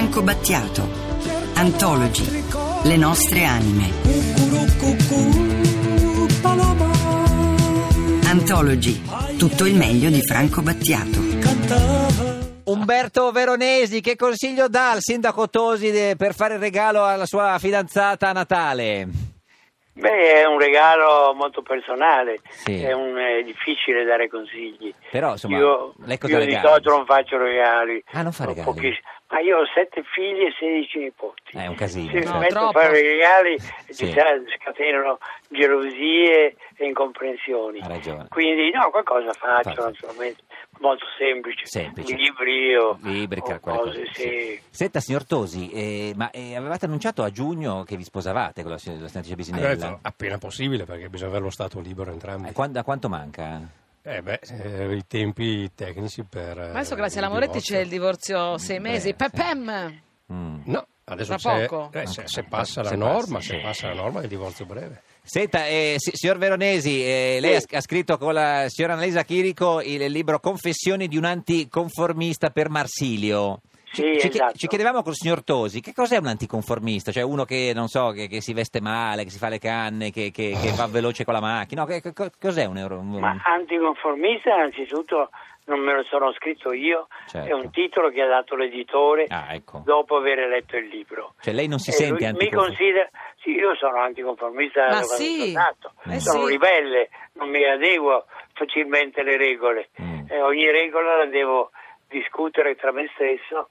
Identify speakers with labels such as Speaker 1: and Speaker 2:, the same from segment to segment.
Speaker 1: Marco Battiato. Antology. Le nostre anime. Antology. Tutto il meglio di Franco Battiato.
Speaker 2: Umberto Veronesi, che consiglio dà al sindaco Tosi de- per fare il regalo alla sua fidanzata a Natale?
Speaker 3: Beh, è un regalo molto personale,
Speaker 2: Sì.
Speaker 3: è, un- è difficile dare consigli.
Speaker 2: Però, insomma,
Speaker 3: io
Speaker 2: lei cosa
Speaker 3: io di
Speaker 2: regala?
Speaker 3: solito non faccio regali.
Speaker 2: Ah, non fa
Speaker 3: Ho
Speaker 2: regali?
Speaker 3: pochiss- Ma io ho sette figli e 16 nipoti.
Speaker 2: Eh, è un casino,
Speaker 3: Se
Speaker 2: certo.
Speaker 3: mi metto
Speaker 4: Troppo.
Speaker 3: a fare regali
Speaker 2: Sì.
Speaker 3: ci sa- scatenano gelosie e incomprensioni.
Speaker 2: Ha ragione.
Speaker 3: Quindi no, qualcosa faccio,
Speaker 2: Faccio.
Speaker 3: naturalmente, molto semplice.
Speaker 2: Semplice.
Speaker 3: Libri o,
Speaker 2: Libri,
Speaker 3: o
Speaker 2: quelle
Speaker 3: cose,
Speaker 2: cose,
Speaker 3: sì.
Speaker 2: sì. Senta, signor Tosi, eh, ma eh, avevate annunciato a giugno che vi sposavate con la, sig- la senatrice
Speaker 5: Allora,
Speaker 2: Bisinella?
Speaker 5: insomma, appena possibile perché bisogna avere lo stato libero entrambi.
Speaker 2: Eh, quan- da quanto manca?
Speaker 5: Eh, beh, eh, i tempi tecnici per... eh,
Speaker 4: Ma adesso grazie
Speaker 5: il
Speaker 4: alla Moretti
Speaker 5: divorzio.
Speaker 4: c'è il divorzio sei
Speaker 2: Beh,
Speaker 4: mesi.
Speaker 2: sì.
Speaker 4: Pepem!
Speaker 2: Mm.
Speaker 5: No, adesso
Speaker 4: Tra
Speaker 5: c'è-
Speaker 4: poco?
Speaker 5: eh, se, se passa
Speaker 2: Se passa,
Speaker 5: la norma,
Speaker 2: sì.
Speaker 5: se passa la norma è il divorzio breve.
Speaker 2: Senta, eh, si- signor Veronesi, eh, lei ha,
Speaker 3: Sì.
Speaker 2: sc- ha scritto con la signora Annalisa Chirico il libro Confessioni di un anticonformista per Marsilio.
Speaker 3: Sì,
Speaker 2: ci,
Speaker 3: esatto.
Speaker 2: ci chiedevamo col signor Tosi che cos'è un anticonformista, cioè uno che non so, che, che si veste male, che si fa le canne, che, che- che va veloce con la macchina. No, che, che- co- cos'è un euro? un-
Speaker 3: Ma anticonformista innanzitutto non me lo sono scritto io,
Speaker 2: Certo.
Speaker 3: è un titolo che ha dato l'editore
Speaker 2: Ah, ecco.
Speaker 3: dopo aver letto il libro.
Speaker 2: Cioè lei non si
Speaker 3: E
Speaker 2: sente
Speaker 3: Eh, lui mi
Speaker 2: anticonformista.
Speaker 3: considera, sì, io sono anticonformista
Speaker 4: Ma
Speaker 3: da quando
Speaker 4: sì.
Speaker 3: sono nato,
Speaker 4: Eh
Speaker 3: sono
Speaker 4: sì.
Speaker 3: ribelle, non mi adeguo facilmente alle regole.
Speaker 2: Mm.
Speaker 3: E ogni regola la devo discutere tra me stesso,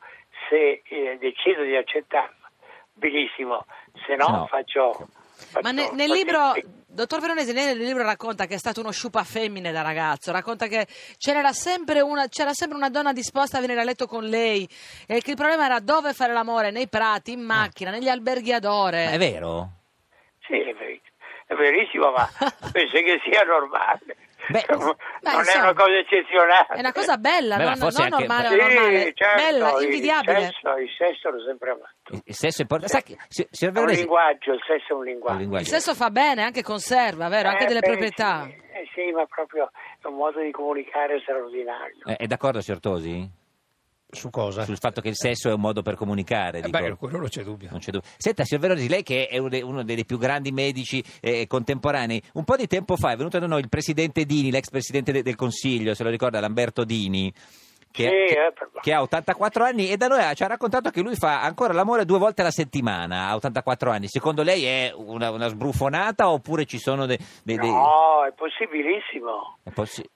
Speaker 3: se eh, decido di accettarla, benissimo, se no,
Speaker 2: No.
Speaker 3: faccio...
Speaker 4: Ma
Speaker 3: faccio-
Speaker 4: ne- nel
Speaker 3: faccio-
Speaker 4: libro, dottor Veronese, nel libro racconta che è stato uno sciupa femmine da ragazzo, racconta che c'era sempre, una, c'era sempre una donna disposta a venire a letto con lei e che il problema era dove fare l'amore, nei prati, in macchina, negli alberghi ad
Speaker 2: Ah.
Speaker 4: ore.
Speaker 2: Ma Eh, è vero?
Speaker 3: Sì, è veri- è verissimo, ma penso che sia normale. Cioè,
Speaker 2: Beh,
Speaker 3: non
Speaker 4: beh,
Speaker 3: non è
Speaker 4: insomma,
Speaker 3: una cosa eccezionale.
Speaker 4: È una cosa bella,
Speaker 2: Beh, ma
Speaker 4: non,
Speaker 2: forse
Speaker 4: non
Speaker 2: anche-
Speaker 4: normale,
Speaker 3: Sì,
Speaker 4: ma normale.
Speaker 3: certo,
Speaker 4: bella,
Speaker 3: il
Speaker 4: invidiabile.
Speaker 3: sesso- Il sesso l'ho sempre amato.
Speaker 2: Il, il sesso è
Speaker 3: Eh,
Speaker 2: importante. Sa che, si- signor
Speaker 3: È un
Speaker 2: Veronesi,
Speaker 3: linguaggio, il sesso è un
Speaker 2: il
Speaker 3: linguaggio.
Speaker 2: linguaggio.
Speaker 4: Il sesso fa bene, anche conserva, vero? Anche
Speaker 3: Eh,
Speaker 4: delle
Speaker 3: beh,
Speaker 4: proprietà.
Speaker 3: Sì, eh, sì, ma proprio è un modo di comunicare straordinario.
Speaker 2: Eh, è d'accordo, signor Tosi?
Speaker 5: Su cosa?
Speaker 2: Sul fatto che il sesso è un modo per comunicare.
Speaker 5: Eh,
Speaker 2: dico.
Speaker 5: beh, quello non c'è dubbio.
Speaker 2: Non c'è dubbio. Senta, signor Veronesi, lei che è uno dei, uno dei più grandi medici eh, contemporanei, un po' di tempo fa è venuto da noi il presidente Dini, l'ex presidente de- del Consiglio, se lo ricorda, Lamberto Dini. Che,
Speaker 3: Sì,
Speaker 2: che-
Speaker 3: eh, per-
Speaker 2: che ha 84 anni e da noi ha- ci ha raccontato che lui fa ancora l'amore due volte alla settimana a 84 anni. Secondo lei è una, una sbrufonata oppure ci sono dei... dei- dei-
Speaker 3: No, è possibilissimo.
Speaker 2: è possi-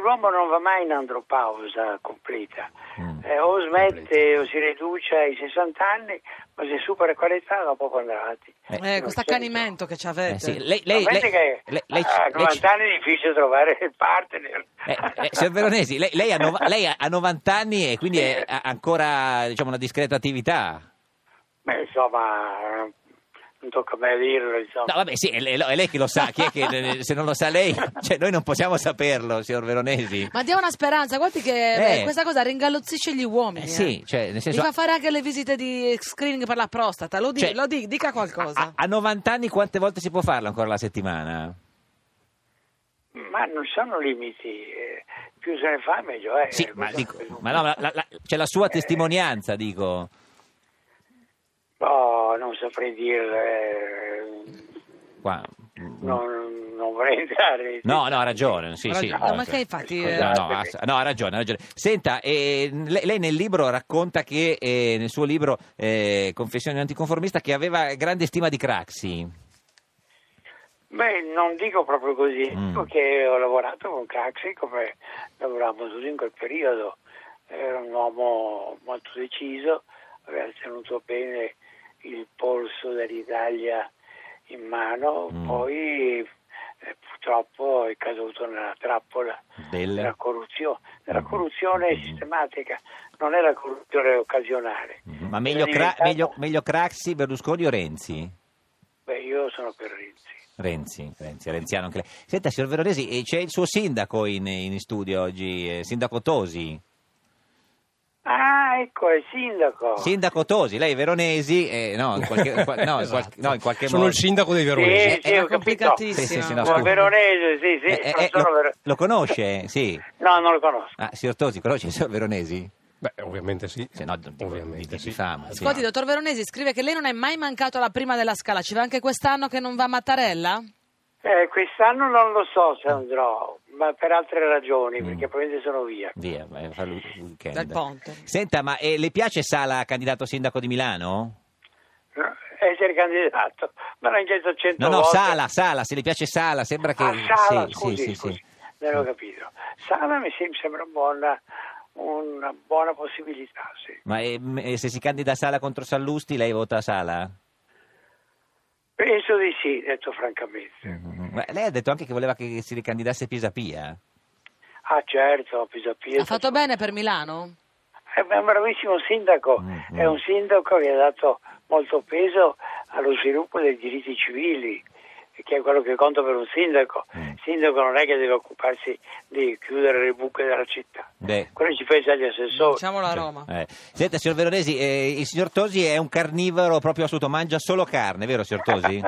Speaker 3: L'uomo non va mai in andropausa completa,
Speaker 2: Mm.
Speaker 3: Eh, o smette o si riduce ai 60 anni, ma se supera quella età dopo può andare avanti.
Speaker 4: Eh,
Speaker 3: certo.
Speaker 4: questo accanimento che ci avete.
Speaker 2: Eh, sì, lei- lei-
Speaker 3: Sapete
Speaker 2: lei-
Speaker 3: che eh,
Speaker 2: lei- lei-
Speaker 3: a
Speaker 2: lei-
Speaker 3: 90 anni è difficile trovare il partner.
Speaker 2: Eh, eh, signor Veronesi, lei, lei ha nova- lei ha 90 anni e quindi è- ha ancora diciamo, una discreta attività.
Speaker 3: Beh, insomma, non tocca a me dirlo,
Speaker 2: No,
Speaker 3: insomma.
Speaker 2: vabbè, sì, è lei, è lei che lo sa, chi è che, se non lo sa lei, cioè, noi non possiamo saperlo, signor Veronesi.
Speaker 4: Ma dia una speranza, guardi che
Speaker 2: Eh.
Speaker 4: beh, questa cosa ringallozzisce gli uomini.
Speaker 2: Eh sì, cioè, nel
Speaker 4: Mi
Speaker 2: senso...
Speaker 4: fa fare anche le visite di screening per la prostata, lo, di-
Speaker 2: Cioè- ah,
Speaker 4: lo di- dica
Speaker 2: a,
Speaker 4: qualcosa.
Speaker 2: a 90 anni quante volte si può farlo ancora la settimana?
Speaker 3: Ma non sono limiti, eh, più se ne fa meglio è.
Speaker 2: Sì,
Speaker 3: Eh,
Speaker 2: ma,
Speaker 3: questo-
Speaker 2: dico, ma no, ma la- la- c'è la sua testimonianza, dico.
Speaker 3: No, Oh, non saprei dirle, eh,
Speaker 2: Qua.
Speaker 3: non, non vorrei entrare. nei
Speaker 2: No, no, ha ragione. Sì, sì,
Speaker 4: No,
Speaker 2: ha
Speaker 4: ma
Speaker 2: ragione.
Speaker 4: che infatti... eh,
Speaker 2: No, no, ass- no, ha ragione, ha ragione. Senta, eh, lei, lei nel libro racconta che, eh, nel suo libro eh, Confessioni di un anticonformista, che aveva grande stima di Craxi.
Speaker 3: Beh, non dico proprio così,
Speaker 2: Mm.
Speaker 3: dico che ho lavorato con Craxi come lavoravamo tutti in quel periodo. Era un uomo molto deciso, aveva tenuto bene il polso dell'Italia in mano,
Speaker 2: Mm.
Speaker 3: poi eh, purtroppo è caduto nella trappola
Speaker 2: Del-
Speaker 3: della corruzione, della
Speaker 2: Mm.
Speaker 3: corruzione sistematica, non è la corruzione occasionale.
Speaker 2: Mhm. Ma meglio,
Speaker 3: È
Speaker 2: Cra-
Speaker 3: diventata-
Speaker 2: meglio- meglio Craxi, Berlusconi o Renzi?
Speaker 3: Beh, io sono per Rizzi.
Speaker 2: Renzi, Renzi, Renziano anche lei. Senta, signor Veronesi, eh, c'è il suo sindaco in, in studio oggi, eh, sindaco Tosi.
Speaker 3: Ah, ecco, è il sindaco.
Speaker 2: Sindaco Tosi, lei è veronesi, eh, no, in qualche, in qual- no, in qual- no, in qualche
Speaker 5: Esatto. Sono
Speaker 2: modo.
Speaker 5: il sindaco dei Veronesi.
Speaker 3: Sì, sì,
Speaker 4: era
Speaker 3: Eh, ho capito.
Speaker 2: Sì,
Speaker 4: complicatissimo.
Speaker 2: sì, sì, no,
Speaker 3: No,
Speaker 2: scusi.
Speaker 3: veronese, sì, sì,
Speaker 2: Eh, eh,
Speaker 3: non
Speaker 2: eh,
Speaker 3: sono
Speaker 2: lo,
Speaker 3: vero-
Speaker 2: lo conosce? Sì.
Speaker 3: No, non lo conosco.
Speaker 2: Ah, signor Tosi, conosce il signor Veronesi?
Speaker 5: Beh, ovviamente sì.
Speaker 2: Se no, dico,
Speaker 5: Ovviamente
Speaker 2: di, di
Speaker 5: sì.
Speaker 2: fama. sì.
Speaker 4: Ascolti, dottor Veronesi scrive che lei non è mai mancato alla prima della scala. Ci va anche quest'anno che non va a Mattarella?
Speaker 3: Eh, quest'anno non lo so
Speaker 2: Ah.
Speaker 3: se andrò, ma per altre ragioni, perché probabilmente sono via.
Speaker 2: Mm. Via, vai a fare il weekend.
Speaker 4: Dal ponte.
Speaker 2: Senta, ma eh, le piace Sala candidato sindaco di Milano?
Speaker 3: No, Essere candidato, ma l'hanno chiesto cento
Speaker 2: No, no,
Speaker 3: volte.
Speaker 2: Sala, Sala, se le piace Sala, sembra che...
Speaker 3: Ah, Sala,
Speaker 2: sì,
Speaker 3: scusi,
Speaker 2: sì, Mm. sì,
Speaker 3: scusi,
Speaker 2: sì.
Speaker 3: non ho capito. Sala mi sem- sembra buona, una buona possibilità, sì.
Speaker 2: Ma eh, m- eh, se si candida Sala contro Sallusti, lei vota Sala?
Speaker 3: Penso di sì, detto
Speaker 5: Eh,
Speaker 2: Mm.
Speaker 3: francamente.
Speaker 5: mm,
Speaker 2: Ma lei ha detto anche che voleva che si ricandidasse Pisapia.
Speaker 3: Ah certo, Pisapia.
Speaker 4: Ha fatto bene per Milano?
Speaker 3: È un bravissimo sindaco,
Speaker 2: Mm,
Speaker 3: è
Speaker 2: mm.
Speaker 3: un sindaco che ha dato molto peso allo sviluppo dei diritti civili, che è quello che conta per un sindaco.
Speaker 2: Mm.
Speaker 3: Il sindaco non è che deve occuparsi di chiudere le buche della città,
Speaker 2: Beh.
Speaker 3: quello ci pensa gli assessori.
Speaker 5: Diciamo-
Speaker 4: Diciamolo a Roma.
Speaker 2: Eh. Senta, signor Veronesi, eh, il signor Tosi è un carnivoro proprio assoluto, mangia solo carne, vero signor Tosi?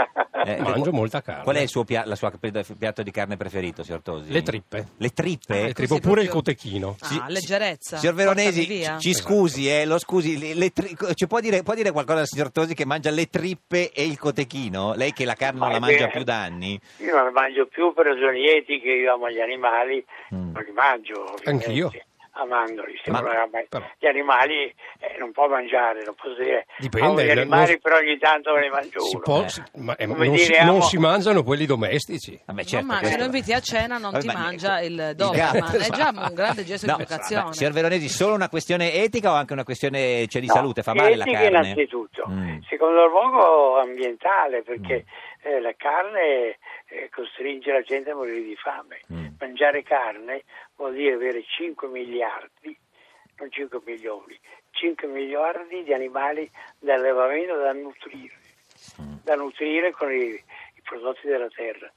Speaker 5: Mangio
Speaker 2: qu-
Speaker 5: molta carne.
Speaker 2: Qual è il suo pia- la sua pia- piatto di carne preferito, signor Tosi?
Speaker 5: Le trippe. Ah,
Speaker 2: Le trippe?
Speaker 3: Eh,
Speaker 5: Le trippe,
Speaker 4: così
Speaker 5: oppure
Speaker 4: proprio-
Speaker 5: Eh, il cotechino.
Speaker 4: Ah,
Speaker 2: Si-
Speaker 4: leggerezza.
Speaker 2: Signor Veronesi,
Speaker 4: Portami via.
Speaker 2: ci, ci scusi, eh, lo scusi, le- le tri- ci può dire, può dire qualcosa al signor Tosi che mangia le trippe e il cotechino? Lei che la carne non
Speaker 3: Ma
Speaker 2: la
Speaker 3: è
Speaker 2: mangia
Speaker 3: vero.
Speaker 2: più da anni?
Speaker 3: Io non mangio più per ragioni etiche, io amo gli animali,
Speaker 2: Mm.
Speaker 3: non li mangio. ovviamente,
Speaker 5: Anch'io.
Speaker 3: Amandoli, se
Speaker 2: Ma-
Speaker 3: uno ama
Speaker 5: però-
Speaker 3: gli animali eh, non può mangiare, non posso dire.
Speaker 5: Dipende, eh,
Speaker 3: amo gli
Speaker 5: non-
Speaker 3: animali, però ogni tanto me ne mangio
Speaker 5: Si
Speaker 3: uno.
Speaker 5: può-
Speaker 2: eh.
Speaker 5: si- ma, eh,
Speaker 3: Come
Speaker 5: non, si,
Speaker 3: dire, amo-
Speaker 5: non si mangiano quelli domestici.
Speaker 2: Vabbè, certo,
Speaker 4: Mamma, se
Speaker 2: questo-
Speaker 4: lo inviti a cena non
Speaker 2: Vabbè,
Speaker 4: ti
Speaker 2: ma- ecco.
Speaker 4: mangia il dopo,
Speaker 2: gatto,
Speaker 4: ma è già
Speaker 2: esatto.
Speaker 4: un grande gesto
Speaker 2: No,
Speaker 4: di educazione.
Speaker 2: ma, Signor Veronesi, solo una questione etica o anche una questione cioè, di
Speaker 3: No,
Speaker 2: salute? Fa male la
Speaker 3: etica
Speaker 2: carne?
Speaker 3: innanzitutto.
Speaker 2: Mm.
Speaker 3: Secondo luogo ambientale, perché eh, la carne eh, costringe la gente a morire di fame.
Speaker 2: Mm.
Speaker 3: Mangiare carne vuol dire avere 5 miliardi, non 5 milioni, 5 miliardi di animali da allevamento da nutrire,
Speaker 2: Mm.
Speaker 3: da nutrire con i, i prodotti della terra,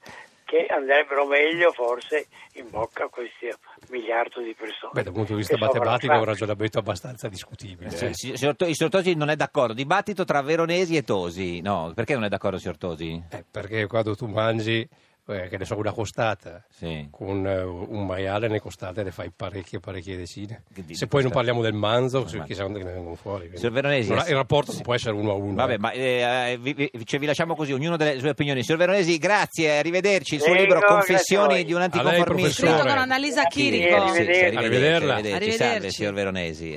Speaker 3: che andrebbero meglio forse in bocca a questo miliardo di persone.
Speaker 5: Beh, dal punto di vista
Speaker 3: che soffrono
Speaker 5: matematico è un
Speaker 3: fame.
Speaker 5: ragionamento abbastanza discutibile.
Speaker 2: Sì,
Speaker 5: eh.
Speaker 2: sì, signor To- il signor Tosi non è d'accordo. Dibattito tra Veronesi e Tosi. No, perché non è d'accordo, signor Tosi?
Speaker 5: Eh, perché quando tu mangi, eh, che ne so, una costata
Speaker 2: Sì.
Speaker 5: con eh, un maiale, ne costate ne fai parecchie, parecchie decine.
Speaker 2: Che dici,
Speaker 5: Se poi non
Speaker 2: costate?
Speaker 5: parliamo del manzo,
Speaker 2: Del manzo.
Speaker 5: chissà quando ne vengono fuori. quindi.
Speaker 2: Signor Veronesi,
Speaker 5: Non ha-
Speaker 2: eh,
Speaker 5: il rapporto
Speaker 2: sì.
Speaker 5: non può essere uno a uno.
Speaker 2: Vabbè,
Speaker 5: eh.
Speaker 2: ma eh, vi, vi- cioè, vi lasciamo così, ognuno delle sue opinioni. Signor Veronesi, grazie, arrivederci. Il suo
Speaker 3: Prego,
Speaker 2: libro
Speaker 3: grazie a
Speaker 2: Confessioni
Speaker 3: voi.
Speaker 2: di un
Speaker 5: lei,
Speaker 2: anticonformista.
Speaker 4: Scritto
Speaker 5: professore.
Speaker 4: con Annalisa
Speaker 3: Sì,
Speaker 2: Sì,
Speaker 4: Chirico.
Speaker 2: sì,
Speaker 3: Arrivederci.
Speaker 2: arrivederci,
Speaker 5: Arrivederla.
Speaker 2: arrivederci. Salve,
Speaker 4: Arrivederci.
Speaker 2: signor Veronesi.